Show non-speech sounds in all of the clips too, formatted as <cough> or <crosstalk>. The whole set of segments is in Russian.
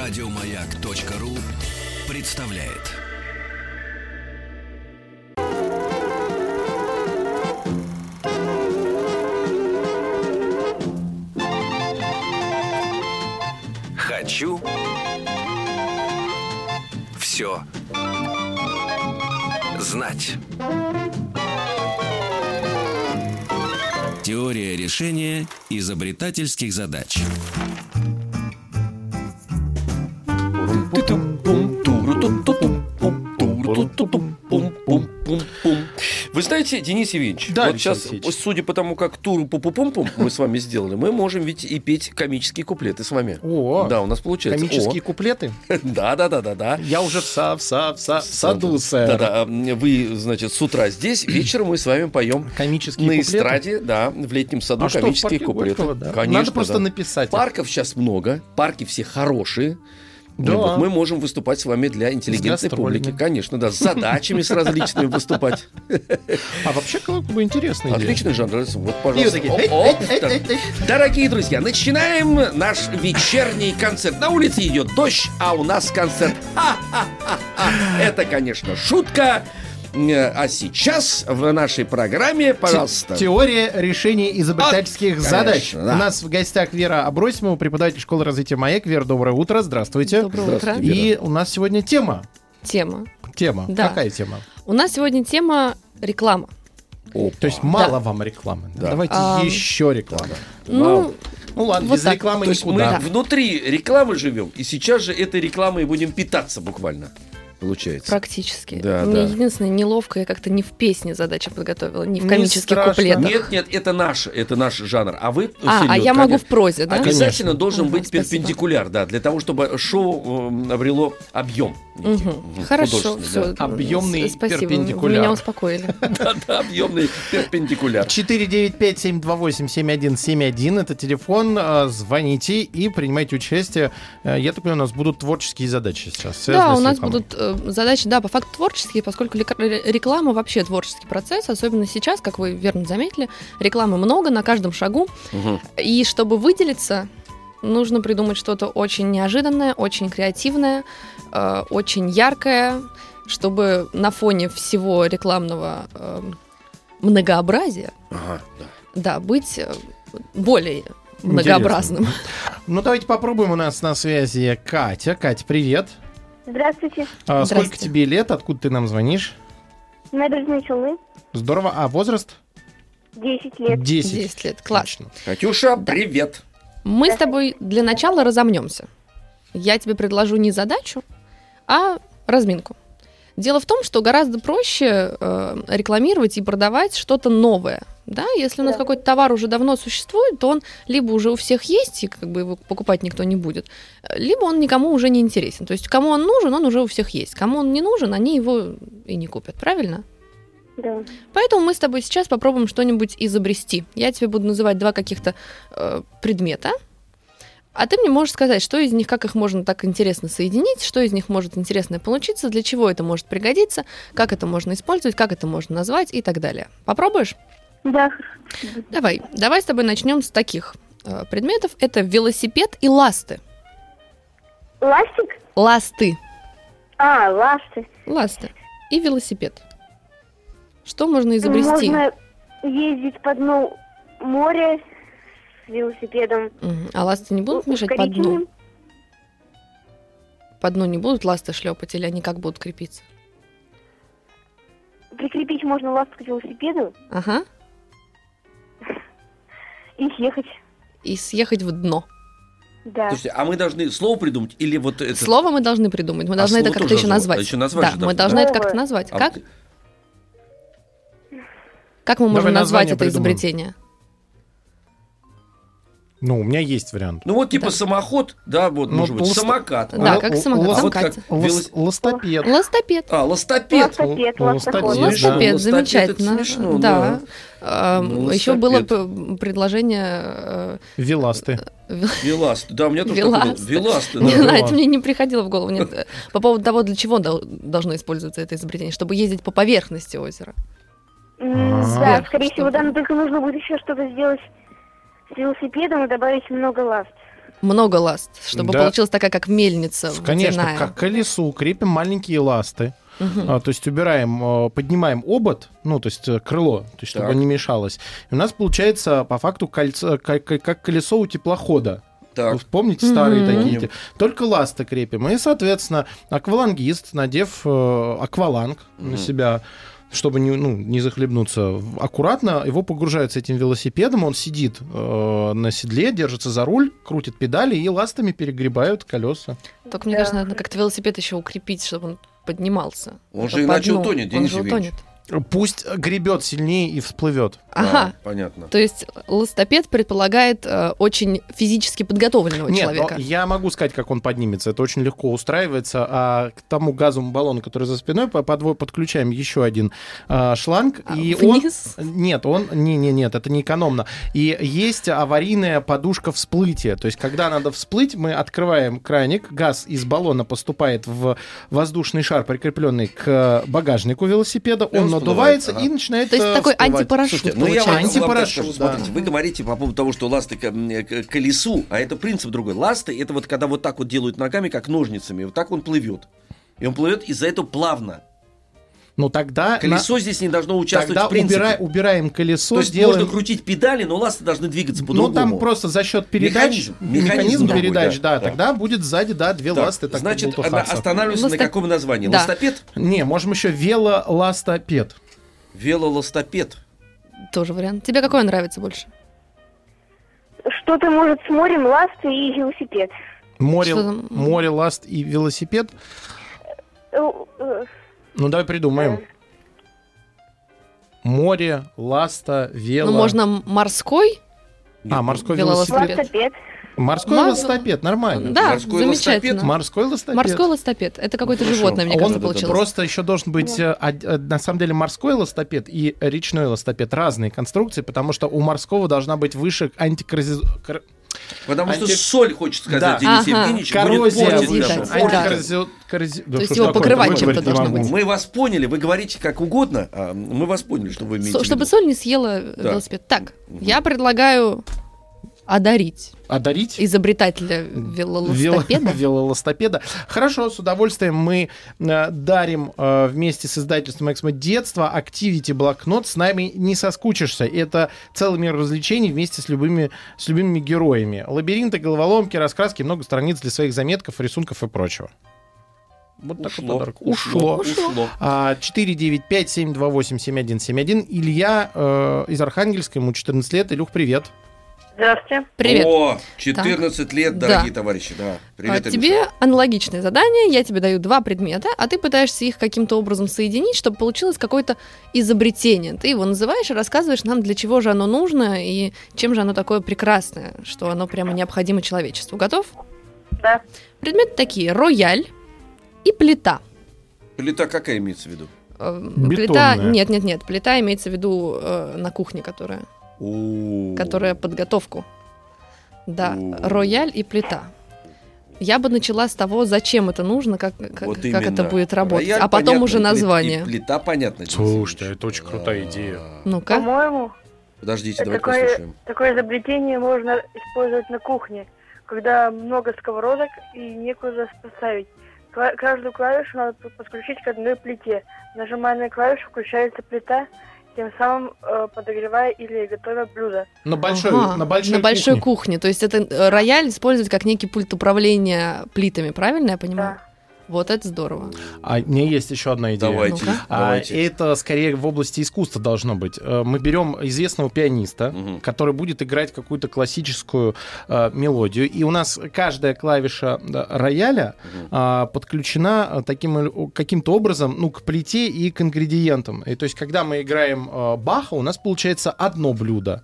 Радиомаяк.ру представляет. Хочу все знать. Теория решения изобретательских задач. Вы знаете, Денис Евгеньевич, Да, вот Александр сейчас, Алексеевич. судя по тому, как туру пу пу пум пум мы с вами сделали, мы можем ведь и петь комические куплеты с вами. О, да, у нас получается. комические куплеты. О. <laughs> Да, да, да, да, да. Я уже в, са, в, са, в, са- в саду, сэр. Да-да, а, вы, значит, с утра здесь, <clears throat> вечером мы с вами поем Комические на куплеты. эстраде, да, в летнем саду А что, в комические парке куплеты. Горького, да. Конечно, Надо просто да. написать. Парков сейчас много, парки все хорошие. Да. Ну, вот мы можем выступать с вами для С интеллигентной гастролями. публики. Конечно, да, с задачами с <laughs> различными выступать. А вообще, как бы интересно. Отличный жанр. Вот, И вот пожалуйста. такие, Оп, «Эй, оп, эй, так. эй, эй, Дорогие друзья, начинаем наш вечерний концерт. На улице идет дождь, а у нас концерт. Ха-ха-ха-ха. Это, конечно, шутка. Э, А сейчас в нашей программе, пожалуйста. Теория решения изобретательских А, задач. конечно, да. У нас в гостях Вера Абросимова, преподаватель школы развития «Маяк». Вера, доброе утро, здравствуйте. Доброе утро. Здравствуйте. И у нас сегодня тема. Тема. Тема. Да. Какая тема? У нас сегодня тема реклама. Опа. То есть мало вам рекламы. Да. Давайте Ам. еще рекламы. Вау. Ну, Ну ладно, Вот без так. рекламы То есть мы никуда. внутри рекламы живем, и сейчас же этой рекламой будем питаться буквально. Получается. практически. Да, Мне да. единственное, неловко, я как-то не в песне задача подготовила, не в Не комических страшно. куплетах. Нет, нет, это наш, это наш жанр. А вы а, а вперед, я могу в конечно. прозе, да? Обязательно должен Ага, быть спасибо. перпендикуляр, да, для того, чтобы шоу эм, обрело объем. Мгм. Хорошо, все. Художественный, Объемный Спасибо, перпендикуляр. меня успокоили. Да, да, объемный перпендикуляр. 495-728-7171. Это телефон. Э, Звоните и принимайте участие. Э, Я так понимаю, у нас будут творческие задачи сейчас. связанные Да, у с нас рекламой. будут э, задачи, да, по факту творческие, поскольку лек- ре- реклама вообще творческий процесс, особенно сейчас, как вы верно заметили, рекламы много на каждом шагу, Мгм. И чтобы выделиться, нужно придумать что-то очень неожиданное, очень креативное, э, очень яркое, чтобы на фоне всего рекламного эм, многообразия, Ага, да. да, быть э, более многообразным. Ну, давайте попробуем. У нас на связи Катя. Катя, привет. Здравствуйте, А, Сколько Здравствуйте. тебе лет? Откуда ты нам звонишь? набережные Челны, Здорово. А возраст? 10 лет. 10. 10 лет. Класс. Отлично. Катюша, привет. Мы с тобой для начала разомнемся. Я тебе предложу не задачу, а разминку. Дело в том, что гораздо проще э, рекламировать и продавать что-то новое. Да, если у нас Да. какой-то товар уже давно существует, то он либо уже у всех есть, и как бы его покупать никто не будет, э, либо он никому уже не интересен. То есть кому он нужен, он уже у всех есть. Кому он не нужен, они его и не купят, правильно? Да. Поэтому мы с тобой сейчас попробуем что-нибудь изобрести. Я тебе буду называть два каких-то э, предмета, а ты мне можешь сказать, что из них, как их можно так интересно соединить, что из них может интересное получиться, для чего это может пригодиться, как это можно использовать, как это можно назвать и так далее. Попробуешь? Да, Давай. Давай с тобой начнем с таких э, предметов. Это велосипед и ласты. ластик? Ласты. А, ласты. Ласты. И велосипед. Что можно изобрести? Можно ездить по дну моря с велосипедом. Мгм. А ласты не будут Ну, мешать по дну? коричневым. по дну не будут ласты шлепать, или они как будут крепиться? Прикрепить можно ласту к велосипеду Ага. и съехать. И съехать в дно. Да. Слушайте, а мы должны слово придумать или вот это... Слово мы должны придумать. Мы А должны это слово как-то тоже еще должно- назвать. а еще назвать да, же мы должны, должны да. это как-то назвать. А как? ты- Как мы можем Давай назвать название это придумаем. изобретение? Ну, у меня есть вариант. Ну вот типа Да. самоход, да, вот Ну, может быть, ласт- самокат. Да, А, как у- самокат, у вас ну, вот как- самокатица. Лос- Лостопед. Ластопед. А, ластопед. Ластопед, Лас- ластопед. ластоход. Смешно, Ластопед, ластопед, замечательно. это смешно, да. Ну, Еще было ластопед. п- предложение... э, Веласты. в- Веласт. Да, у меня тоже Веласт. такое было. Веласт, <laughs> Не да. знаю, это мне не приходило в голову. Нет, э, по поводу того, для чего дол- должно использоваться это изобретение, чтобы ездить по поверхности озера. М, Ага. Да, скорее всего, да, но только нужно будет еще что-то сделать с велосипедом и добавить много ласт. много ласт, чтобы Да. получилась такая, как мельница Конечно, водяная. к колесу крепим маленькие ласты. Мгм. А, то есть убираем, э, поднимаем обод, ну, то есть э, крыло, то есть, чтобы Так. не мешалось. И у нас получается по факту кольцо, как, как колесо у теплохода. Так. Вы помните старые Мгм. такие? Помним. Только ласты крепим. И, соответственно, аквалангист, надев э, акваланг на Мгм. себя, чтобы не, ну, не захлебнуться, в- аккуратно его погружают с этим велосипедом. Он сидит э, на седле, держится за руль, крутит педали и ластами перегребают колеса. Только мне Да. кажется, надо как-то велосипед еще укрепить, чтобы он поднимался. Он же По иначе дну. утонет, Он Денис же Евгеньевич. утонет. Пусть гребет сильнее и всплывет. Ага. А, понятно. То есть ластопед предполагает э, очень физически подготовленного Нет, человека. но я могу сказать, как он поднимется. Это очень легко устраивается. А к тому газовому баллону, который за спиной, по- подво- подключаем еще один а, шланг. А, и вниз? он... Нет, он... Не, не, нет, это не экономно. И есть аварийная подушка всплытия. То есть, когда надо всплыть, мы открываем краник, газ из баллона поступает в воздушный шар, прикрепленный к багажнику велосипеда. И он Он, всплывает, надувается ага. и начинает То есть э, такой всплывать. антипарашют Слушайте, ну я получается. вам- вам, так Антипарашют, скажу, да. смотрите, вы говорите по поводу того, что ласты к, м, э, к- к колесу, а это принцип другой. Ласты это вот когда вот так вот делают ногами, как ножницами, вот так он плывет. И он плывет из-за этого плавно. Ну, тогда... на- Колесо здесь не должно участвовать Тогда в принципе. убира- убираем колесо, То есть делаем... можно крутить педали, но ласты должны двигаться Ну, по-другому. там просто за счет передач, Механизм. Механизм такой, передач, да, да, да. тогда будет сзади, да, две Так, ласты. так значит, болтухаться. она- останавливаемся Ласта- на каком названии? Да. Ластопед? Не, можем еще велоластопед. Велоластопед. А, Тоже вариант. Тебе какое нравится больше? Что-то, может, с морем, ласты и велосипед. Море, Что там? море, ласт и велосипед. Э, э, Ну, давай придумаем. Море, ласта, вело... Ну, можно м- морской. А, морской Велоластопед. велосипед. Ластопед. Морской Мар- ластопед, нормально. Да, Морской замечательно. ластопед, Морской ластопед. Морской ластопед. Это какое-то хорошо. животное, мне А кажется, он получилось. Просто еще должен быть, э, од- э, на самом деле, морской ластопед и речной ластопед. Разные конструкции, потому что у морского должна быть выше антикоррозизон... Потому что Анти- соль, хочет Да. сказать, Денис Ага. Евгеньевич, будет коррозия портить будет, нашу да. форму. Да. То есть его покрывать чем-то должно быть. Мы вас поняли, вы говорите как угодно, а мы вас поняли, что вы имеете Со- в чтобы виду. соль не съела э, Да. велосипед. Так, я предлагаю одарить Одарить? изобретателя Вело- велоластопеда. велоластопеда. Хорошо, с удовольствием мы э, дарим э, вместе с издательством «Эксмо Детство» «Активити блокнот». С нами не соскучишься. Это целый мир развлечений вместе с любыми, с любимыми героями. Лабиринты, головоломки, раскраски, много страниц для своих заметков, рисунков и прочего. Вот такой Ушло. подарок. Ушло. Ушло. А, 495-728-7171. Илья э, из Архангельска, ему 14 лет. Илюх, привет. Здравствуйте. Привет. А О, 14 лет, Да. дорогие товарищи. Да. А Привет, Илюша. тебе аналогичное задание, я тебе даю два предмета, а ты пытаешься их каким-то образом соединить, чтобы получилось какое-то изобретение. Ты его называешь и рассказываешь нам, для чего же оно нужно и чем же оно такое прекрасное, что оно прямо необходимо человечеству. Готов? Да. Предметы такие: рояль и плита. Плита какая имеется в виду? Э, Плита, Бетонная. нет, нет, нет, плита имеется в виду э, на кухне, которая, У. которая подготовку. Да, О. рояль и плита. Я бы начала с того, зачем это нужно, как, как, Вот как это именно. будет работать, Рояль, а потом понятно, уже и плит- название. и плита, понятно. Денис Слушайте, Евгеньевич. это очень крутая Да. идея. Ну-ка. По-моему, Подождите, Это давайте такое- послушаем. такое изобретение можно использовать на кухне, когда много сковородок и некуда поставить. Кла- Каждую клавишу надо п- подключить к одной плите. Нажимая на клавишу, включается плита, тем самым э, подогревая или готовя блюдо. На большой, Ага, на большой, кухне. кухне. То есть это э, рояль использовать как некий пульт управления плитами, правильно я понимаю? Да. Вот это здорово. А у меня есть еще одна идея. Давайте, Ну-ка. А, давайте. это скорее в области искусства должно быть. Э, Мы берем известного пианиста, Мгм. который будет играть какую-то классическую э, мелодию, и у нас каждая клавиша да, рояля Мгм. а, подключена а, таким или- о, каким-то образом, ну, к плите и к ингредиентам. И то есть, когда мы играем э, Баха, у нас получается одно блюдо.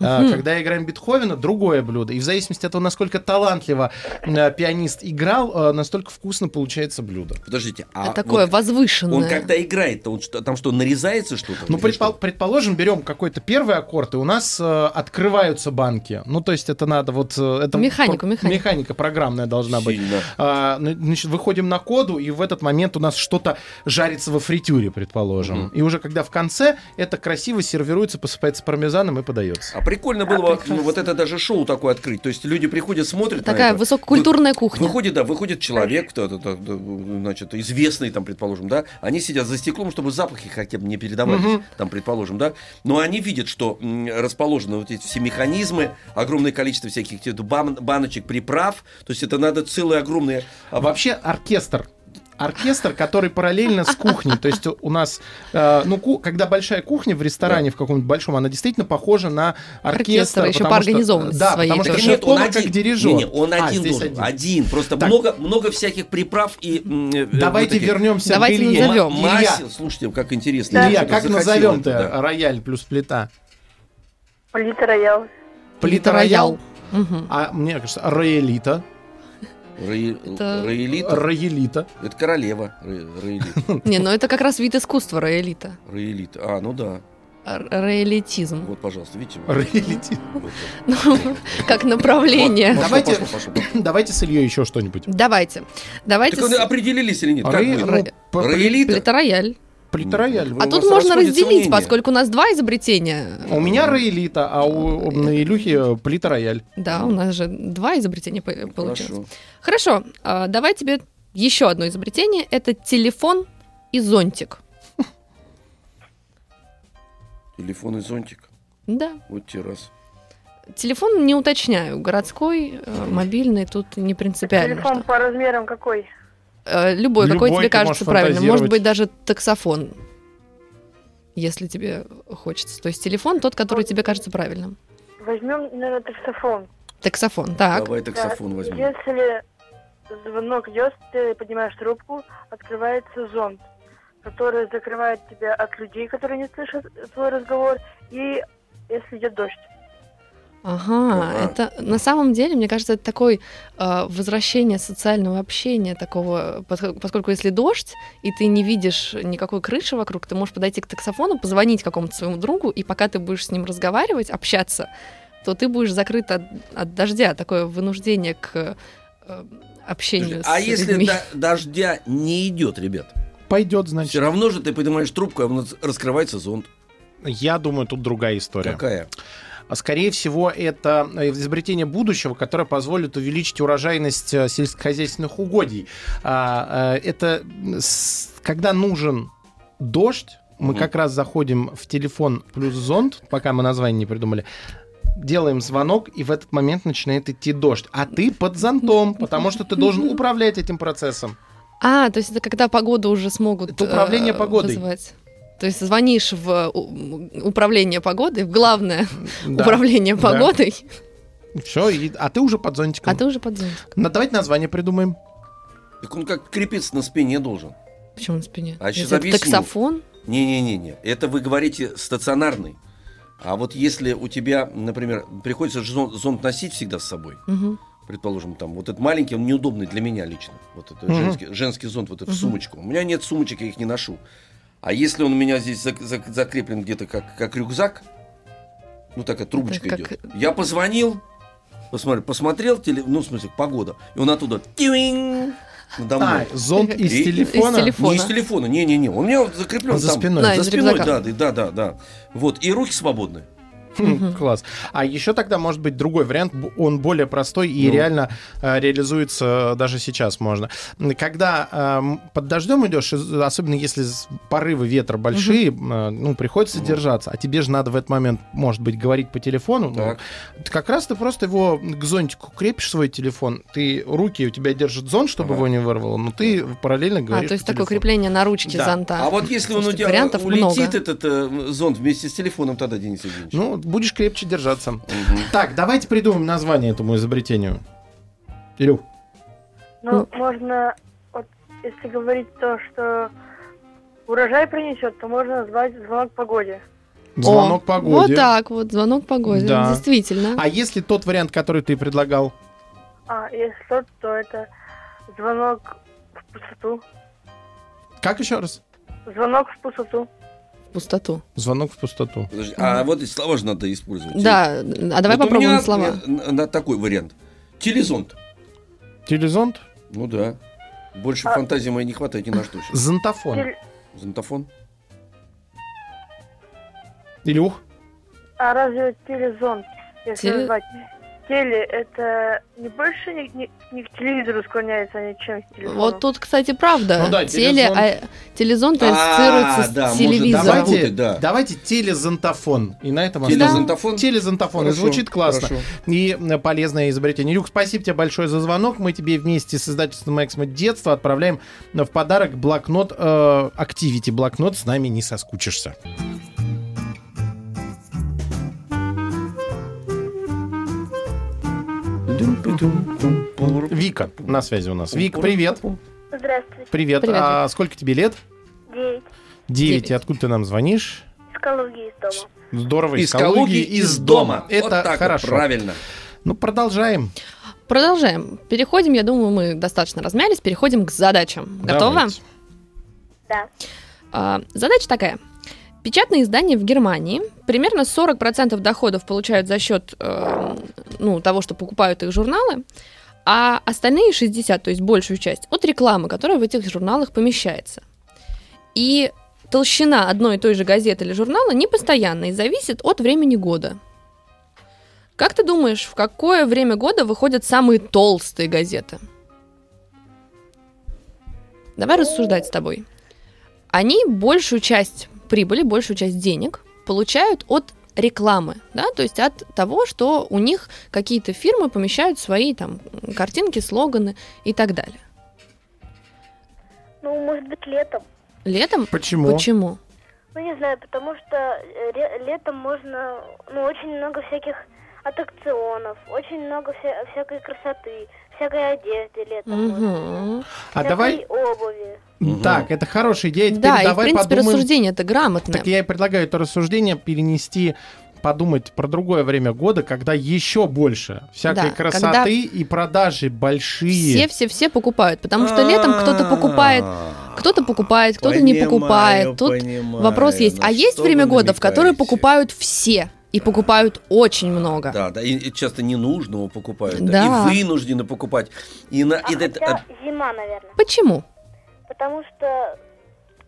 А, Мгм. когда играем Бетховена, другое блюдо. И в зависимости от того, насколько талантливо э, пианист играл, э, настолько вкусно получается блюдо. Подождите, а Это такое вот возвышенное. он когда играет, то он что, там что, нарезается что-то? Ну, Или предпол- что? предположим, берем какой-то первый аккорд, и у нас э, открываются банки. Ну, то есть это надо вот... э, это Механику, про- механику. Механика программная должна быть. Сильно. А, ну, значит, выходим на коду, и в этот момент у нас что-то жарится во фритюре, предположим. Мгм. И уже когда в конце это красиво сервируется, посыпается пармезаном и подается. А прикольно было вот- вот это даже шоу такое открыть. То есть люди приходят, смотрят на Такая это. Ну, высококультурная кухня. Выходит, да, выходит человек, кто значит, известный там, предположим, да, они сидят за стеклом, чтобы запахи хотя бы не передавались, Мгм. там, предположим, да, но они видят, что м, расположены вот эти все механизмы, огромное количество всяких этих бан- баночек, приправ, то есть это надо целое огромное... А вообще оркестр. Оркестр, который параллельно с кухней. То есть у нас, э, ну, ку- когда большая кухня в ресторане в каком-нибудь большом, она действительно похожа на оркестр. Оркестр, еще потому по что- организованности Да, своей потому что такой. Нет, он шеф-повар как один. дирижер. Не-не, он А, один здесь должен. один. Один. Просто Так. много, много всяких приправ и... м, э, Давайте вот таких. вернемся Давайте к белье. назовем. М- Масел, слушайте, как интересно. Илья, Я Илья, что-то как захотел назовем-то это, А. да. рояль плюс плита? Плита роял. Плитороял. Мгм. А мне кажется, роялита. Ра- Это- Раэлит? Роялита. Это королева Ра- Раэлит. Не, ну это как раз вид искусства роэлита. Раэлит. А, ну да. Р- Роэлитизм. Вот, пожалуйста, видите? вот. Роялити. Вот. <laughs> Ну, как направление. Пошло, Давайте- пошло, пошло, пошло. <laughs> Давайте с Ильей еще что-нибудь. Давайте. Давайте. Так вы с- определились или нет? Как Ре- будет? ну, п- Раэлит? Плиторояль. Плиторояль. Вы- А у тут вас можно расходятся разделить, мнения. поскольку у нас два изобретения. У меня роялита, а у, э, у Илюхи плиторояль. Да, у нас же два изобретения по- получилось. Хорошо. Хорошо, а, давай тебе еще одно изобретение. Это телефон и зонтик. Телефон и зонтик. Да, Вот те раз. телефон не уточняю. Городской, э, мобильный, тут не принципиально. Телефон что. по размерам какой? Э, Любой, какой Любой ты тебе можешь кажется правильным. фантазировать. Может быть, даже таксофон, если тебе хочется. То есть телефон тот, который тебе кажется правильным. Возьмем, наверное, таксофон. Таксофон, так. Давай таксофон Да, возьмем. Если звонок идет, ты поднимаешь трубку, открывается зонт, который закрывает тебя от людей, которые не слышат твой разговор, и если идет дождь. Ага, Ага. это на самом деле, мне кажется, это такое возвращение социального общения такого, пос- поскольку если дождь, и ты не видишь никакой крыши вокруг, ты можешь подойти к таксофону, позвонить какому-то своему другу, и пока ты будешь с ним разговаривать, общаться, то ты будешь закрыт от, от дождя, такое вынуждение к э, общению с А если людьми. до- дождя не идет, ребят? Пойдет, Все значит. равно же ты поднимаешь трубку, а у нас раскрывается зонт. Я думаю, тут другая история. Какая? А Скорее всего, это э, изобретение будущего, которое позволит увеличить урожайность э, сельскохозяйственных угодий. А, э, Это с- когда нужен дождь, мы Мгм. как раз заходим в телефон плюс зонт, пока мы название не придумали, делаем звонок, и в этот момент начинает идти дождь. А ты под зонтом, потому что ты должен управлять этим процессом. А, то есть это когда погоду уже смогут Это управление э, погодой. вызывать. То есть звонишь в э, у- управление погодой, в главное управление Да. погодой, Все, а ты уже под зонтиком. а ты уже под зонтик. Ну, давайте название придумаем. Так он как крепиться на спине должен. Почему на спине? А щас Если это объясню. таксофон. Не-не-не-не. Это вы говорите стационарный. А вот если у тебя, например, приходится же зон- зонт носить всегда с собой, Мгм. предположим, там, вот этот маленький, он неудобный для меня лично. Вот это Мгм. женский, женский зонт, вот это в Мгм. сумочку. У меня нет сумочек, я их не ношу. А если он у меня здесь зак- зак- закреплен где-то как, как рюкзак, ну такая трубочка как- идет. Я позвонил, посмотрел, посмотрел, теле, ну, в смысле, погода, и он оттуда тюинь, надо мной. А, зонт А, из И- телефона. из телефона. Не из телефона, не-не-не, он у меня вот закреплен За там. спиной. Да, За из спиной, рюкзака. да, да, да, да, да. Вот, и руки свободны. Хм, Мгм. Класс. А еще тогда может быть другой вариант, б- он более простой и Ну. реально э, реализуется э, даже сейчас можно. М, Когда эм, под дождем идешь, из- особенно если с- порывы ветра большие, э, ну приходится Мгм. держаться, а тебе же надо в этот момент, может быть, говорить по телефону. ну, Так. ты как раз ты просто его к зонтику крепишь свой телефон, ты руки у тебя держит зонт, чтобы Ага. его не вырвало, но ты параллельно говоришь. А, то есть по такое телефону. крепление на ручке Да. зонта. А вот если он у Слушайте, тебя вариантов улетит, много. этот э, зонт вместе с телефоном, тогда, Денис Евгеньевич. Ну, будешь крепче держаться. Мгм. Так, давайте придумаем название этому изобретению. Илюх. Но Ну. можно, вот, если говорить то, что урожай принесет, то можно назвать звонок погоде. Звонок О, погоде. Вот так вот, звонок погоде, Да. действительно. А если тот вариант, который ты предлагал? А если тот, то это звонок в пустоту. Как еще раз? Звонок в пустоту. В пустоту. Звонок в пустоту. Подожди, а вот эти слова же надо использовать. Да, а давай Вот у попробуем меня, слова. э, на- на такой вариант. Телезонт. Телезонт? Ну да. Больше А- фантазии моей не хватает ни на что. щас. Зонтофон. Теле- Зонтофон. Илюх? А, А разве телезон, если Теле- назвать? Теле это не больше не, не- не к телевизору склоняется, а не чем к телефону. Вот тут, кстати, правда. Ну да, Теле, телезон. а, телезон А, ассоциируется да, с может, телевизором. давай. Давайте, Запутать, да. давайте телезонтофон. И на этом остановимся. Телезонтофон? Телезонтофон. Хорошо, Звучит классно. хорошо. И э, полезное изобретение. Люк, спасибо тебе большое за звонок. Мы тебе вместе с издательством «Эксмо детства» отправляем э, в подарок блокнот э, Activity. Блокнот с нами не соскучишься. Вика на связи у нас. Вика, привет. Здравствуйте. Привет. Привет, А сколько тебе лет? Девять. Девять. Девять. И откуда ты нам звонишь? С Калуги из дома. Здорово, Из Калуги, из дома. Это Вот так вот, хорошо. правильно. Ну, продолжаем. Продолжаем. Переходим, я думаю, мы достаточно размялись. Переходим к задачам. Готово? Давайте. Да. А, задача такая. Печатные издания в Германии примерно 40% доходов получают за счет э, ну, того, что покупают их журналы, а остальные 60%, то есть большую часть, от рекламы, которая в этих журналах помещается. И толщина одной и той же газеты или журнала не постоянна и зависит от времени года. Как ты думаешь, в какое время года выходят самые толстые газеты? Давай рассуждать с тобой они большую часть прибыли, большую часть денег получают от рекламы, да, то есть от того, что у них какие-то фирмы помещают свои там картинки, слоганы и так далее. Ну, может быть, летом. Летом Почему? почему? Ну, не знаю, потому что э, ре- летом можно, ну, очень много всяких аттракционов, очень много вся- всякой красоты, всякой одежды летом. можно, Мгм. А всякой давай... обуви. Так, это хорошая идея. Теперь Да, и в давай принципе подумаем... рассуждение это грамотное. Так я и предлагаю это рассуждение перенести подумать про другое время года, когда еще больше всякой Да, красоты когда и продажи большие. Все, все, все покупают, потому что летом А. А. кто-то покупает, кто-то покупает, кто-то не покупает. Тут вопрос есть. Ну Ну А есть время года, в которое покупают все и покупают очень много? Да, да, и, и часто ненужного покупают, Да. да, и вынуждены покупать. И на, А и это- хотя зима, наверное. Почему? Потому что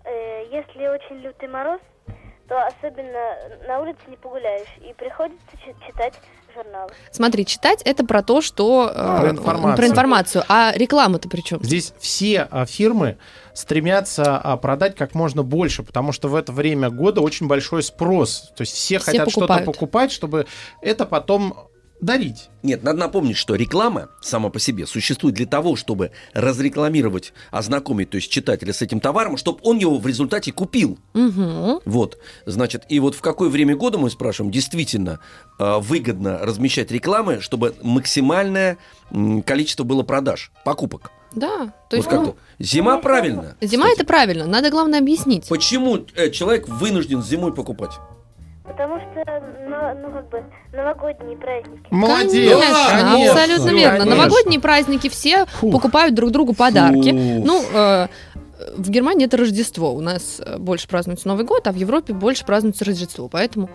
э, если очень лютый мороз, то особенно на улице не погуляешь. И приходится чи- читать журналы. Смотри, читать это про то, что... э, Про информацию. про информацию. А реклама-то при чем? Здесь все а, фирмы стремятся а, продать как можно больше, потому что в это время года очень большой спрос. То есть все, Все хотят что-то покупают. покупать, чтобы это потом дарить. Нет, надо напомнить, что реклама сама по себе существует для того, чтобы разрекламировать, ознакомить, то есть читателя с этим товаром, чтобы он его в результате купил. Мгм. Вот, значит, и вот в какое время года, мы спрашиваем, действительно э, выгодно размещать рекламы, чтобы максимальное м, количество было продаж, покупок. Да. То есть, вот ну, как-то. Зима ну, правильно. зима кстати. это правильно, надо главное объяснить. Почему э, человек вынужден зимой покупать? Потому что, ну, ну, как бы, новогодние праздники. Молодец! Конечно, Конечно, абсолютно ну, верно. конечно. Новогодние праздники все Фух. покупают друг другу подарки. Фу. Ну, э, в Германии это Рождество. У нас э, больше празднуется Новый год, а в Европе больше празднуется Рождество. Поэтому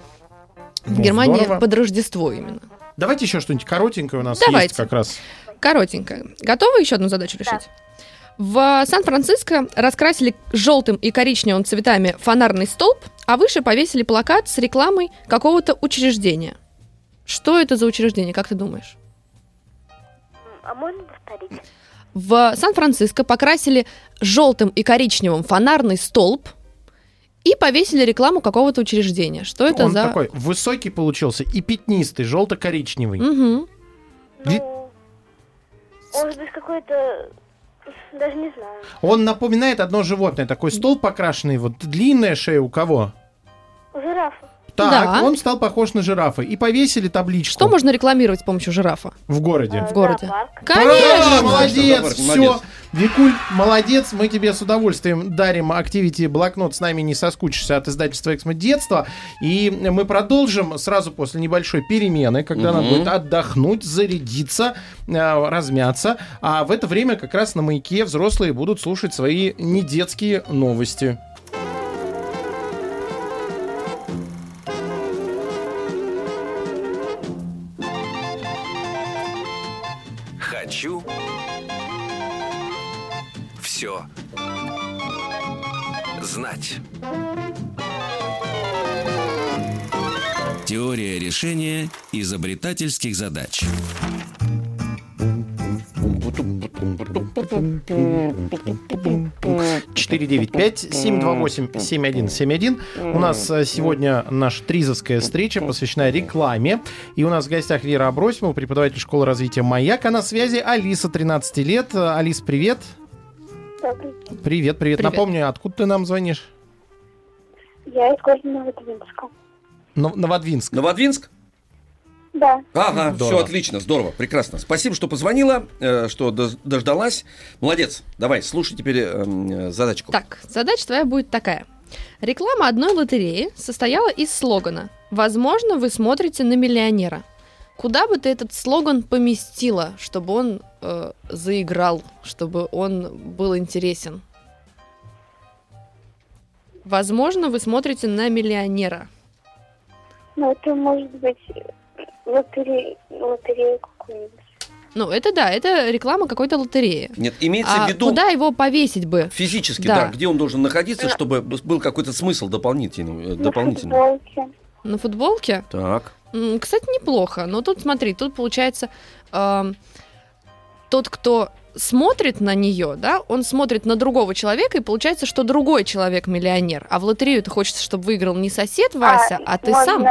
в Ну, Германии здорово. под Рождество именно. Давайте еще что-нибудь коротенькое у нас Давайте. есть как раз. Коротенько. Готовы еще одну задачу решить? В Сан-Франциско раскрасили желтым и коричневым цветами фонарный столб, а выше повесили плакат с рекламой какого-то учреждения. Что это за учреждение, как ты думаешь? М, А можно повторить? В Сан-Франциско покрасили желтым и коричневым фонарный столб и повесили рекламу какого-то учреждения. Что Ну, это Он за... такой высокий получился и пятнистый, желто-коричневый. Мгм. Ди- Ну, может быть, какой-то... Даже не знаю. Он напоминает одно животное, такой стол покрашенный, вот длинная шея у кого. Жирафа. Так, Да. он стал похож на жирафа. И повесили табличку Что А. можно рекламировать с помощью жирафа? в городе. э, В городе. зоопарк. Да, Конечно! молодец, Молодец. все. Викуль, молодец, мы тебе с удовольствием дарим активити блокнот, с нами не соскучишься от издательства «Эксмо детства». И мы продолжим сразу после небольшой перемены, когда нам Мгм. будет отдохнуть, зарядиться, э, размяться. А в это время как раз на маяке взрослые будут слушать свои недетские новости. Хочу все знать. Теория решения изобретательских задач. четыре девять пять семь два восемь семь один семь один. У нас э, сегодня наша тризовская встреча посвящена рекламе. И у нас в гостях Вера Абросимова, преподаватель школы развития «Маяк». А на связи Алиса, 13 лет. Э, Алис, привет. Добрый. Привет, привет. Привет. Напомни, откуда ты нам звонишь? Я из города Новодвинска. Нов- Новодвинск. Новодвинск? Да. Ага, Здорово. все отлично, здорово, прекрасно. Спасибо, что позвонила, э, что дож- дождалась. Молодец. Давай, слушай теперь эм, э, задачку. Так, задача твоя будет такая. Реклама одной лотереи состояла из слогана «Возможно, вы смотрите на миллионера». Куда бы ты этот слоган поместила, чтобы он э, заиграл, чтобы он был интересен? Возможно, вы смотрите на миллионера. Ну, это может быть лотерея, лотерея какую-нибудь. Ну, это да, это реклама какой-то лотереи. Нет, имеется А в виду куда его повесить бы? физически, да. Да. где он должен находиться, чтобы был какой-то смысл дополнительный. э, На дополнительный. футболке. На футболке? Так. М, Кстати, неплохо. Но тут смотри, тут получается эм, тот, кто смотрит на нее, да, он смотрит на другого человека, и получается, что другой человек миллионер. А в лотерею ты хочется, чтобы выиграл не сосед Вася, а, ты можно сам.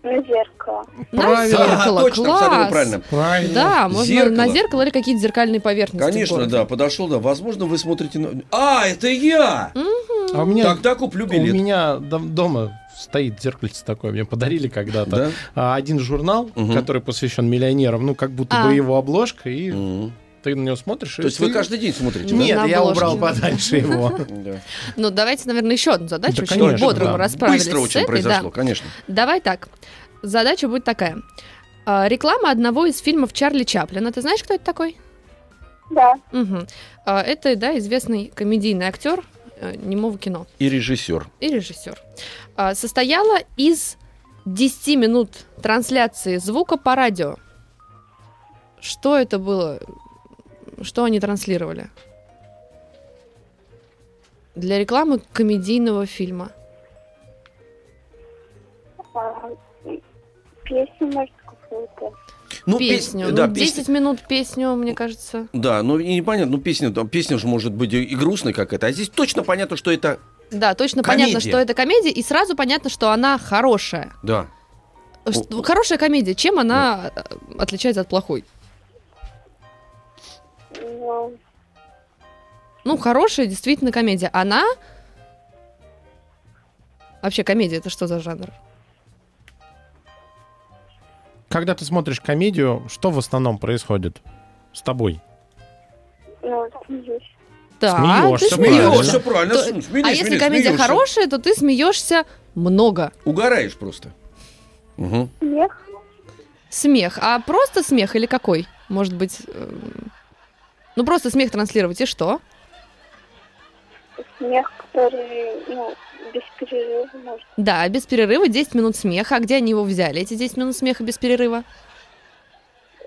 На зеркало. На Правильно. зеркало, Да, точно, абсолютно класс. правильно. Правильно. Да, можно Зеркало. на зеркало или какие-то зеркальные поверхности. Конечно, да, подошел, да. Возможно, вы смотрите на... А, это я! А у меня, Тогда куплю у билет. меня дом- дома стоит зеркальце такое, мне подарили когда-то. Да? А, один журнал, Мгм. который посвящен миллионерам, ну, как будто А. бы его обложка, и Мгм. ты на него смотришь. То есть вы каждый день смотрите, да? Нет, На я обложке. убрал подальше его. Да. Ну, давайте, наверное, еще одну задачу. Да, очень конечно, бодро да. мы расправились Быстро с очень этой, да. произошло, конечно. Давай так. Задача будет такая. А, Реклама одного из фильмов Чарли Чаплина. Ты знаешь, кто это такой? Да. Мгм. А, Это, да, известный комедийный актер э, немого кино И режиссер. и режиссер. А, Состояла из 10 минут трансляции звука по радио. Что это было? Что они транслировали? Для рекламы комедийного фильма. а, и Песню, может, какую-то. Ну, пес- песню. Ну, Да, 10 песня. минут песню, мне кажется. Да, ну и непонятно, ну песня, там, песня же может быть и и грустной какая-то, а здесь точно понятно, что это, Да, точно понятно, Комедия. что это комедия, и сразу понятно, что она хорошая. да. Что- О. Хорошая комедия, чем она э, отличается от плохой? Ну, Ну, хорошая действительно комедия. Она... Вообще, комедия это что за жанр? <laughs> Когда ты смотришь комедию, что в основном происходит с тобой? ну, смеюсь. Да, Смеешься, ты правильно. смеешься. Ну, Смеешься, правильно, То- см- смеешь, а если смеешь, комедия смеешься. хорошая, то ты смеешься много. Угораешь просто. Мгм. Смех. Смех. А просто смех или какой? Может быть... эм, Ну, просто смех транслировать, и что? Смех, который, ну, без перерыва, может. Да, без перерыва 10 минут смеха. А где они его взяли, эти 10 минут смеха без перерыва?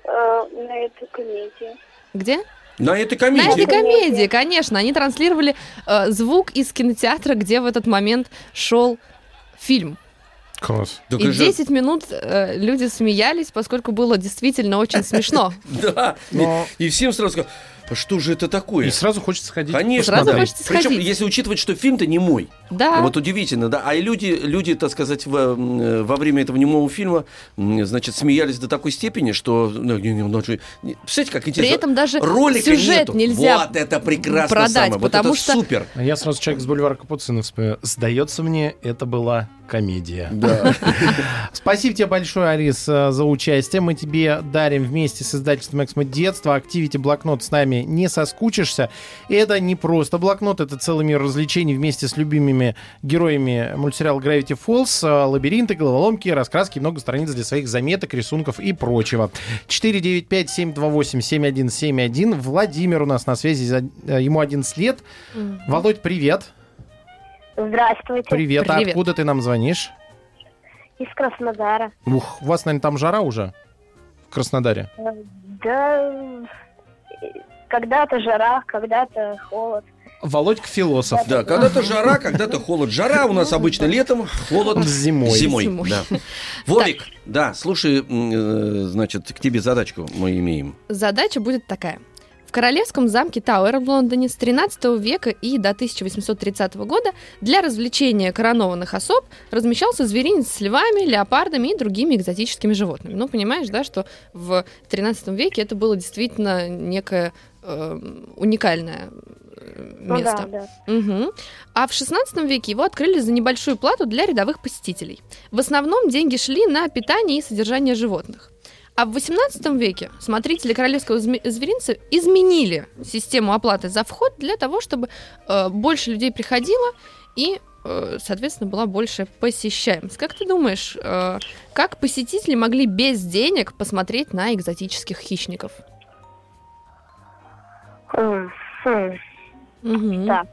э, на эту комедию. Где? На этой На этой комедии. комедии, конечно, они транслировали э, звук из кинотеатра, где в этот момент шел фильм. Класс. Так и это же- 10 минут э, люди смеялись, поскольку было <laughs> действительно очень смешно. Да, и- Но- и всем сразу сказал, «А что же это такое? И сразу хочется сходить. Конечно, Сразу да. хочется Причем, сходить. если учитывать, что фильм-то не мой, Да, вот удивительно, да. А и люди, люди, так сказать, во, м, э, во время этого немого фильма, м, значит, смеялись до такой степени, что, ну, не- не- ну, что- не- представляете, как при интересно. этом даже Ролика сюжет нету. нельзя Вот это прекрасно продать, самое. Вот потому это что- супер. А я сразу человек с бульвара Капуцинов вспоминаю. Сдается мне, это была комедия. <laughs> Да. Спасибо тебе большое, Арис, э, за участие. Мы тебе дарим вместе с издательством «Эксмо детства» «Активити блокнот» с нами не соскучишься. И это не просто блокнот, это целый мир развлечений вместе с любимыми героями мультсериала «Gravity Falls», э, лабиринты, головоломки, раскраски, много страниц для своих заметок, рисунков и прочего. 495-728-7171. Владимир у нас на связи, за- э, ему 11 лет. Володь, привет. Здравствуйте. Привет. А Привет. откуда ты нам звонишь? Из Краснодара. Ух, у вас, наверное, там жара уже в Краснодаре. Э, Да, э, когда-то жара, когда-то холод. Володька философ. Да, когда-то жара, когда-то холод. Жара у нас обычно летом, холод Зимой. зимой. Зимой. <laughs> да. Вовик, да, слушай, м, э, значит, к тебе задачку мы имеем. Задача будет такая. В королевском замке Тауэр в Лондоне с 13 века и до 1830 года для развлечения коронованных особ размещался зверинец с львами, леопардами и другими экзотическими животными. Ну, понимаешь, да, что в 13 веке это было действительно некое э, уникальное э, Ну место. да, да. Мгм. А в 16 веке его открыли за небольшую плату для рядовых посетителей. В основном деньги шли на питание и содержание животных. А в 18 веке смотрители королевского зме- зверинца изменили систему оплаты за вход для того, чтобы э, больше людей приходило и, э, соответственно, была больше посещаемость. Как ты думаешь, э, как посетители могли без денег посмотреть на экзотических хищников? М, хм. Мгм. Да.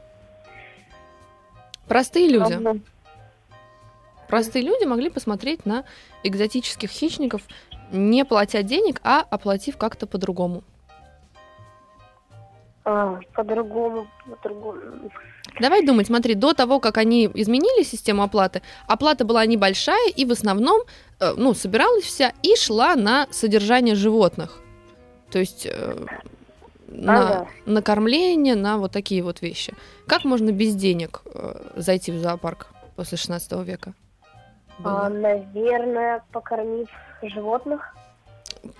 Простые люди. Ладно. Простые люди могли посмотреть на экзотических хищников, не платя денег, а оплатив как-то по-другому. А, по-другому, по-другому. Давай думать, смотри, до того, как они изменили систему оплаты, оплата была небольшая и в основном, э, ну, собиралась вся и шла на содержание животных. То есть э, на, Ага. на кормление, на вот такие вот вещи. Как можно без денег э, зайти в зоопарк после 16 века? было? А, наверное, покормить животных.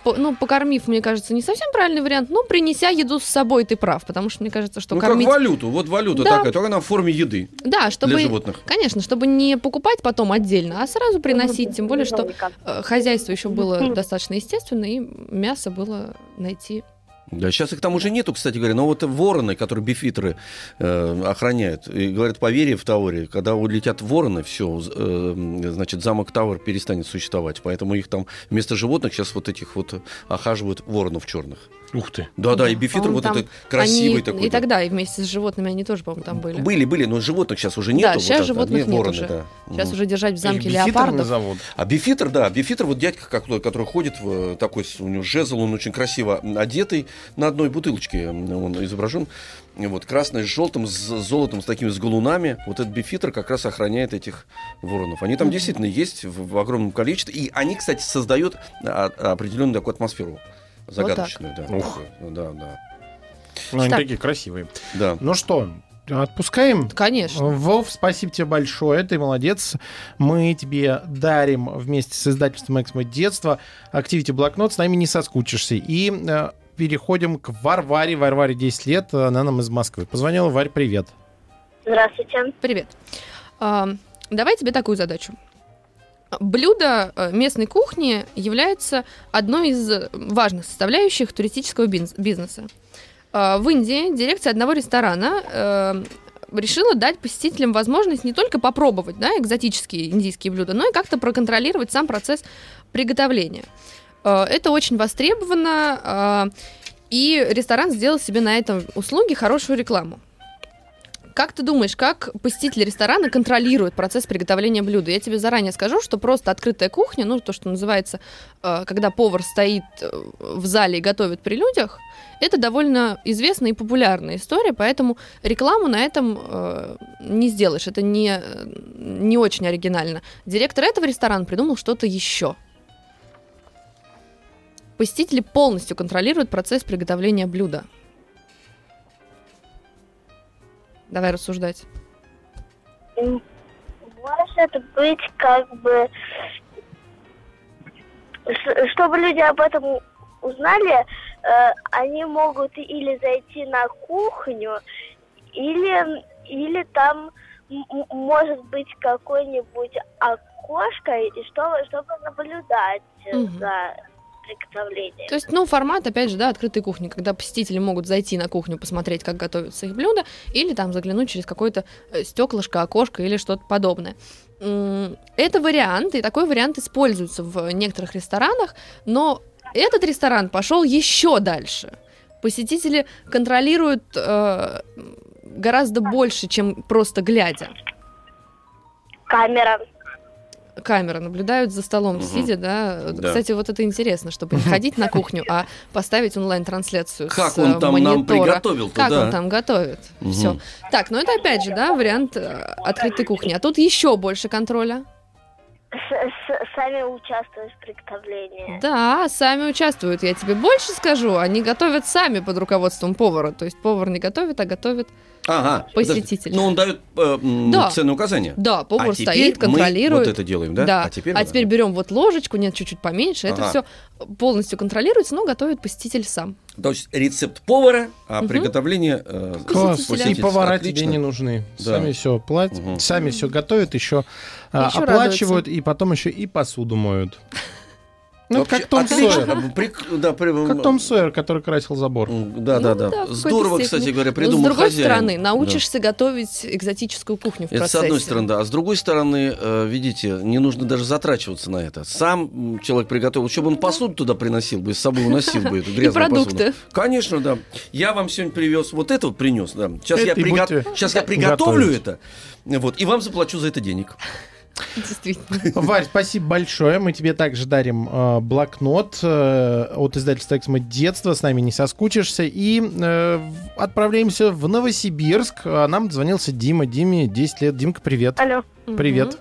По- ну, покормив, мне кажется, не совсем правильный вариант, но принеся еду с собой, ты прав, потому что мне кажется, что ну, кормить... как валюту, вот валюта Да. такая, только она в форме еды Да, для чтобы... животных. Конечно, чтобы не покупать потом отдельно, а сразу приносить, тем более, что Жонка. э, хозяйство еще было достаточно естественно, и мясо было найти. Да, сейчас их там уже нету, кстати говоря, но вот вороны, которые бифитеры э, охраняют, и говорят, по вере в Тауре, когда улетят вороны, все, значит, замок Тауэр перестанет существовать, поэтому их там вместо животных сейчас вот этих вот охаживают воронов черных. Ух ты. Да-да, и Да, бифитер по-моему, вот там этот красивый они такой. И да. тогда, и вместе с животными они тоже, по-моему, там были. Были, были, но животных сейчас уже Да, нету. вот щас так, животных нет, нет вороны, уже. да. Сейчас Мгм. уже держать в замке Бифитерами леопардов. зовут. А бифитер, да, бифитер, вот дядька, как- который ходит, в, э, такой с- у него жезл, он очень красиво одетый, на одной бутылочке м, он изображен, И вот красный с желтым, с золотом, с такими с галунами. Вот этот бифитер как раз охраняет этих воронов. Они там действительно есть в, в огромном количестве, и они, кстати, создают а, определенную такую атмосферу загадочную. да. Ух. Да, да, Ну, они Так. такие красивые. да. Ну что, отпускаем? Конечно. Вов, спасибо тебе большое, ты молодец. Мы тебе дарим вместе с издательством «Эксмо детства» Activity блокнот, с нами не соскучишься. И э, переходим к Варваре. Варваре 10 лет, она нам из Москвы. Позвонила, Варь, привет. Здравствуйте. Привет. А, Давай тебе такую задачу. Блюдо э, местной кухни является одной из э, важных составляющих туристического бинз- бизнеса. А, В Индии дирекция одного ресторана э, решила дать посетителям возможность не только попробовать да, экзотические индийские блюда, но и как-то проконтролировать сам процесс приготовления. Э, Это очень востребовано, э, и ресторан сделал себе на этом услуге хорошую рекламу. Как ты думаешь, как посетители ресторана контролируют процесс приготовления блюда? Я тебе заранее скажу, что просто открытая кухня, ну, то, что называется, э, когда повар стоит э, в зале и готовит при людях, это довольно известная и популярная история, поэтому рекламу на этом э, не сделаешь. Это не, э, не очень оригинально. Директор этого ресторана придумал что-то еще. Посетители полностью контролируют процесс приготовления блюда. Давай рассуждать. М, Может быть, как бы... ш- Чтобы люди об этом у- узнали, э, они могут или зайти на кухню, или, или там м- м- может быть какое-нибудь окошко, и чтобы, чтобы наблюдать э, Мгм. за приготовлением. То есть, ну, формат, опять же, да, открытой кухни, когда посетители могут зайти на кухню, посмотреть, как готовятся их блюда, или там заглянуть через какое-то э, стеклышко, окошко или что-то подобное. М, Это вариант, и такой вариант используется в некоторых ресторанах, но этот ресторан пошел еще дальше. Посетители контролируют э, гораздо больше, чем просто глядя. Камера. камера, наблюдают за столом Мгм. сидя, да. Вот, Да. Кстати, вот это интересно, чтобы не ходить на кухню, а поставить онлайн-трансляцию Как с он э, там нам монитора. приготовил-то, Как да? он там готовит? Мгм. Все. Так, ну это опять же, да, вариант э, открытой кухни. А тут еще больше контроля. С- с- сами участвуют в приготовлении. Да, сами участвуют. Я тебе больше скажу, они готовят сами под руководством повара. То есть повар не готовит, а готовит. Ага. Посетитель. Ну, он дает э, м, Да. ценные указания. Да, повар а теперь стоит, мы контролирует. вот это делаем, да? Да. А теперь, вот это. берем вот ложечку, нет, чуть-чуть поменьше. Ага. Это все полностью контролируется, но готовит посетитель сам. То есть рецепт повара, а Мгм. приготовление... э, Класс. И посетитель. повара Отлично. тебе не нужны. Да. Сами все платят, Мгм. сами все готовят, еще, ещё оплачивают, и потом еще и посуду моют. Ну, Вообще как Том отлично. Сойер. Прик- да, при- Как Том Сойер, который красил забор. М, Да, да, да. Ну да, в какой-то Здорово, степени. кстати говоря, Но придумал с другой хозяин. стороны, Да. научишься готовить экзотическую кухню в Это процессе. с одной стороны, да. А с другой стороны, э, видите, не нужно даже затрачиваться на это. Сам м, человек приготовил. Еще бы он посуду туда приносил бы, и с собой уносил бы эту И грязную посуду. продукты. Конечно, да. Я вам сегодня привез, вот это вот принес, да. Сейчас, Это я, и приго- будете Сейчас я приготовлю готовить. это, вот, и вам заплачу за это денег. <laughs> Действительно. <laughs> Варь, спасибо большое. Мы тебе также дарим э, блокнот э, от издательства «Эксмо Детство». С нами не соскучишься. И э, в- отправляемся в Новосибирск. А Нам дозвонился Дима. Диме 10 лет. Димка, привет. Алло, Привет. Мгм.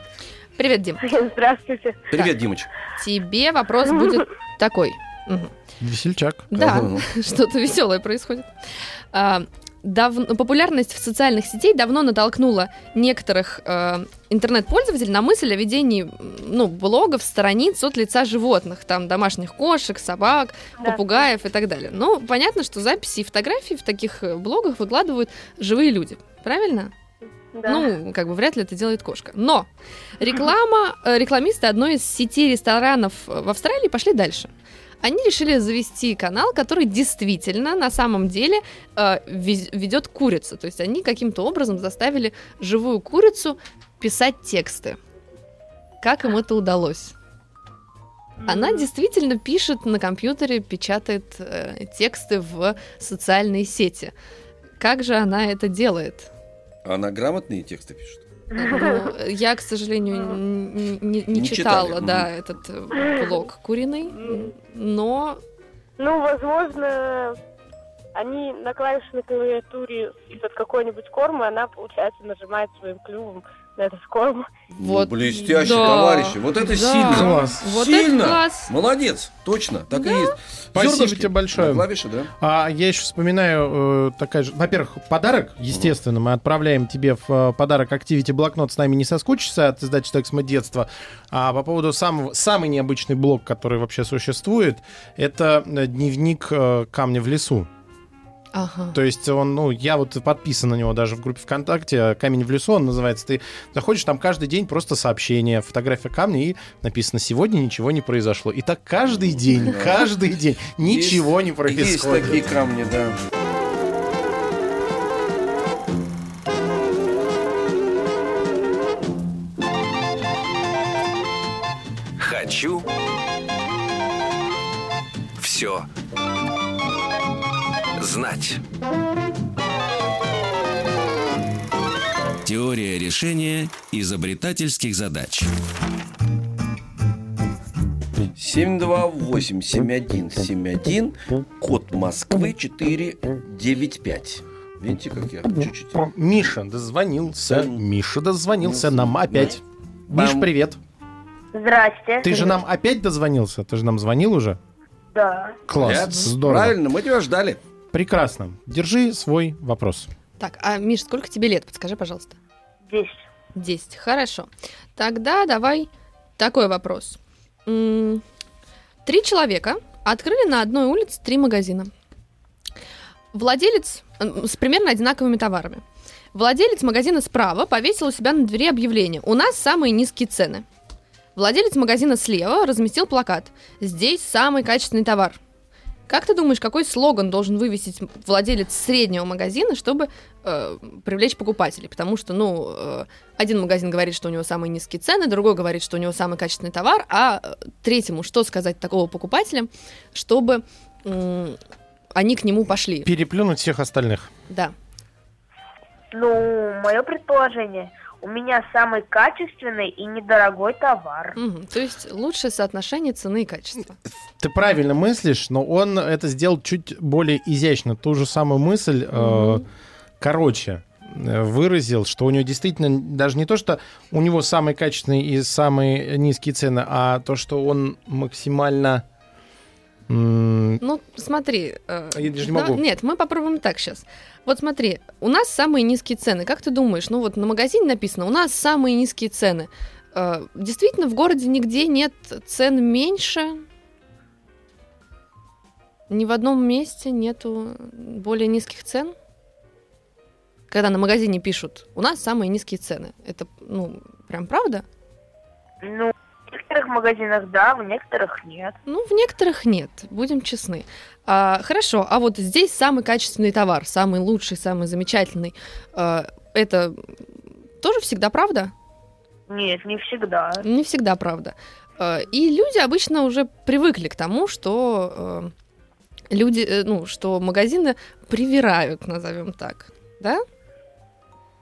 Привет, Дим. здравствуйте. Привет, Димыч. Тебе вопрос будет такой. Мгм. Весельчак. Да, Ага. <laughs> что-то веселое происходит. А, дав- Популярность в социальных сетей давно натолкнула некоторых э, интернет-пользователей на мысль о ведении м, ну, блогов, страниц от лица животных, там домашних кошек, собак, Да. попугаев и так далее. Ну, понятно, что записи и фотографии в таких э, блогах выкладывают живые люди, правильно? Да. Ну, как бы вряд ли это делает кошка. Но реклама, э, рекламисты одной из сетей ресторанов э, в Австралии пошли дальше. Они решили завести канал, который действительно на самом деле э, вез- ведет курицу. То есть они каким-то образом заставили живую курицу писать тексты. Как им это удалось? Она действительно пишет на компьютере, печатает э, тексты в социальные сети. Как же она это делает? А Она грамотные тексты пишет. Ну, я, к сожалению, н- н- не, не Не читала, читали, да, этот э, блог куриный, но Ну, возможно, они на клавишной клавиатуре из-под какой-нибудь кормы, она, получается, нажимает своим клювом на этот корм. вот. Ну, блестяще, да. товарищи. Вот это Да. сильно. Класс. Вот Сильно. это класс. Молодец, точно, так и есть. Спасибо Зёрнышки тебе большое. на клавиши, да? А я еще вспоминаю, э, такая же, во-первых, подарок, естественно, мы отправляем тебе в э, подарок Activity блокнот «С нами не соскучишься» от издательства «Эксмо детства». А по поводу самого, самый необычный блок, который вообще существует, это э, дневник э, камня в лесу. Ага. То есть он, ну, я вот подписан на него даже в группе ВКонтакте, э, «Камень в лесу» он называется. Ты заходишь, там каждый день просто сообщение, фотография камня, и написано «Сегодня ничего не произошло». И так каждый день, Да. каждый день ничего не Есть происходит. такие камни, да. Хочу все знать. Теория решения изобретательских задач. 728-7171, код Москвы 495. Видите, как я чуть-чуть... Миша дозвонился. Миша дозвонился нам опять. Миш, Бам. привет. Здрасте. Ты же нам опять дозвонился? Ты же нам звонил уже? Да. Класс, Ряд. здорово. Правильно, мы тебя ждали. Прекрасно. Держи свой вопрос. Так, а Миш, сколько тебе лет? Подскажи, пожалуйста. Здесь. Десять. Хорошо. Тогда давай такой вопрос. М, Три человека открыли на одной улице три магазина. Владелец м, с примерно одинаковыми товарами. Владелец магазина справа повесил у себя на двери объявление «У нас самые низкие цены». Владелец магазина слева разместил плакат «Здесь самый качественный товар». Как ты думаешь, какой слоган должен вывесить владелец среднего магазина, чтобы э, привлечь покупателей? Потому что, ну, э, один магазин говорит, что у него самые низкие цены, другой говорит, что у него самый качественный товар, а э, третьему что сказать такого покупателям, чтобы м, они к нему пошли? Переплюнуть всех остальных. Да. Ну, мое предположение. У меня самый качественный и недорогой товар. Мгм. То есть лучшее соотношение цены и качества. Ты правильно мыслишь, но он это сделал чуть более изящно. Ту же самую мысль, э, короче, э, выразил, что у него действительно даже не то, что у него самые качественные и самые низкие цены, а то, что он максимально... м, Ну, смотри. э, А Я даже не да- могу. Нет, мы попробуем так сейчас. Вот смотри, у нас самые низкие цены. Как ты думаешь? Ну вот на магазине написано, у нас самые низкие цены. Э, Действительно, в городе нигде нет цен меньше. Ни в одном месте нету более низких цен. Когда на магазине пишут, у нас самые низкие цены. Это, ну, прям правда? Ну, в некоторых магазинах да, в некоторых нет. Ну, в некоторых нет, будем честны. А, хорошо, а вот здесь самый качественный товар, самый лучший, самый замечательный, э, это тоже всегда правда? Нет, не всегда. Не всегда правда. Э, и люди обычно уже привыкли к тому, что э, люди, э, ну, что магазины привирают, назовем так, да?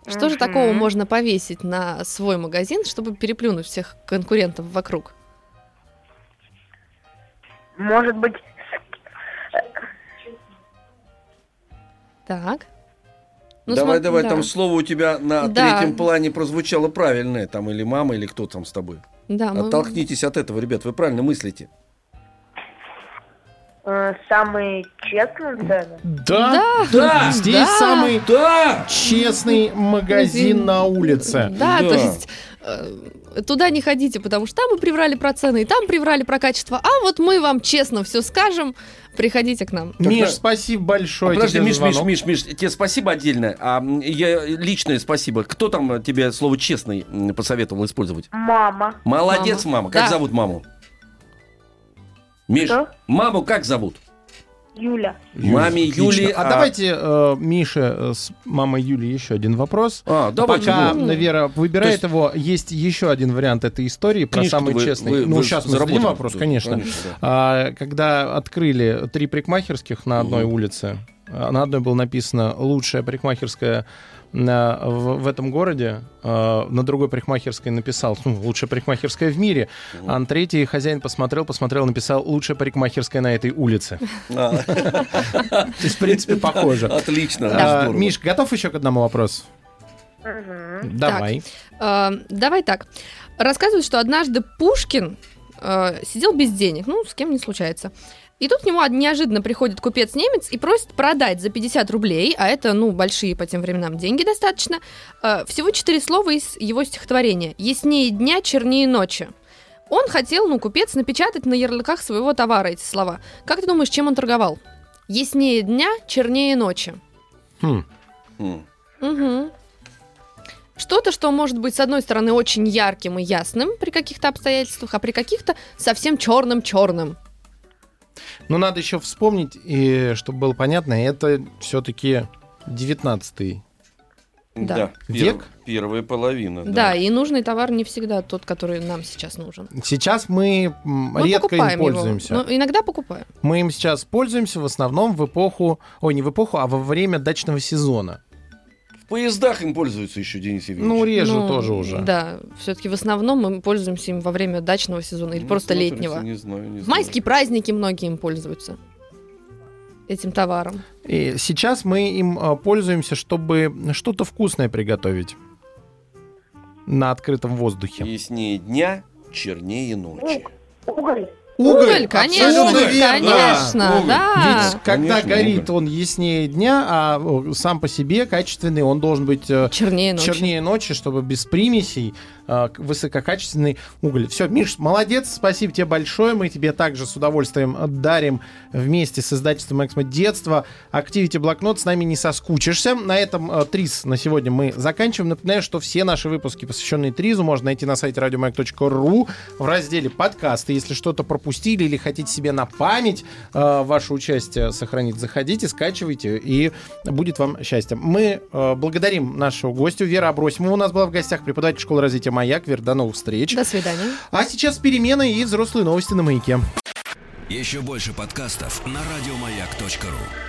Что же Мгм. такого можно повесить на свой магазин, чтобы переплюнуть всех конкурентов вокруг? Может быть, Так. Ну, давай, смо- давай, да. там слово у тебя на Да. третьем плане прозвучало правильное, там или мама, или кто там с тобой. Да, А мы- Оттолкнитесь от этого, ребят, вы правильно мыслите. э, самые честные цены. Да, Да, здесь Да. самый да, честный магазин на улице. Да. Да, то есть э, туда не ходите, потому что там мы приврали про цены, и там приврали про качество, а вот мы вам честно все скажем, приходите к нам. Миш, да. спасибо А большое. Подожди, тебе за Миш, Миш, звонок. Миш, Миш, тебе спасибо отдельное, а м, я личное спасибо. Кто там э, тебе слово честный м, посоветовал использовать? Мама. Молодец, мама. Как Да. зовут маму? Миш, Кто? маму как зовут? Юля. Маме Отлично. Юли. А, давайте э, Мише э, с мамой Юли еще один вопрос. А, давайте, Пока ну. ну. Вера выбирает То его, есть еще один вариант этой истории про Книжку-то самый вы- честный. вы- ну, вы сейчас мы заработали. зададим вопрос, Да, конечно. да. А, когда открыли три парикмахерских на одной Мгм. улице, а, на одной было написано «Лучшая парикмахерская на- в, в этом городе», а, на другой парикмахерской написал ну, «Лучшая парикмахерская в мире», а на третьей хозяин посмотрел, посмотрел, написал «Лучшая парикмахерская на этой улице». А. То есть, в принципе, похоже. Отлично, А, здорово. Миш, готов еще к одному вопросу? Мгм. Давай. Э, давай так. Рассказывают, что однажды Пушкин э, сидел без денег, ну, с кем не случается. И тут к нему неожиданно приходит купец-немец и просит продать за 50 рублей, а это, ну, большие по тем временам деньги достаточно, э, всего четыре слова из его стихотворения «Яснее дня, чернее ночи». Он хотел, ну, купец, напечатать на ярлыках своего товара эти слова. Как ты думаешь, чем он торговал? «Яснее дня, чернее ночи». Хм. М. Мгм. Что-то, что может быть, с одной стороны, очень ярким и ясным при каких-то обстоятельствах, а при каких-то совсем черным-черным. Ну, надо еще вспомнить, и чтобы было понятно, это все-таки 19 Да. Век? Первая половина. Да. и нужный товар не всегда тот, который нам сейчас нужен. Сейчас мы, м, Мы редко им покупаем его, Ну. пользуемся. но иногда покупаем. Мы им сейчас пользуемся в основном в эпоху, ой, не в эпоху, а во время дачного сезона. В поездах им пользуются еще, Денис Евгеньевич. Ну, реже Ну, тоже уже. Да, все-таки в основном мы пользуемся им во время дачного сезона или Ну, просто смотрите, летнего. Не знаю, не В знаю. майские праздники многие им пользуются. Этим товаром. И сейчас мы им э, пользуемся, чтобы что-то вкусное приготовить на открытом воздухе. Яснее дня, чернее ночи. Уголь. Уголь, конечно, абсолютно верно. конечно, Уголь. да. Ведь когда Конечно, горит, уголь. он яснее дня, а о, сам по себе качественный, он должен быть э, Чернее ночи. чернее ночи, чтобы без примесей э, к- высококачественный уголь. Все, Миш, молодец, спасибо тебе большое. Мы тебе также с удовольствием дарим вместе с издательством «Эксмо Детство» Activity блокнот. С нами не соскучишься. На этом э, ТРИЗ на сегодня мы заканчиваем. Напоминаю, что все наши выпуски, посвященные ТРИЗу, можно найти на сайте радиомаяк.ру в разделе «Подкасты». Если что-то пропустили или хотите себе на память э, ваше участие сохранить, заходите, скачивайте, и будет вам счастье. Мы э, благодарим нашего гостю. Вера Абросимова у нас была в гостях, преподаватель школы развития «Маяк». Вера, до новых встреч. До свидания. А сейчас перемены и взрослые новости на «Маяке». Еще больше подкастов на радиомаяк.ру.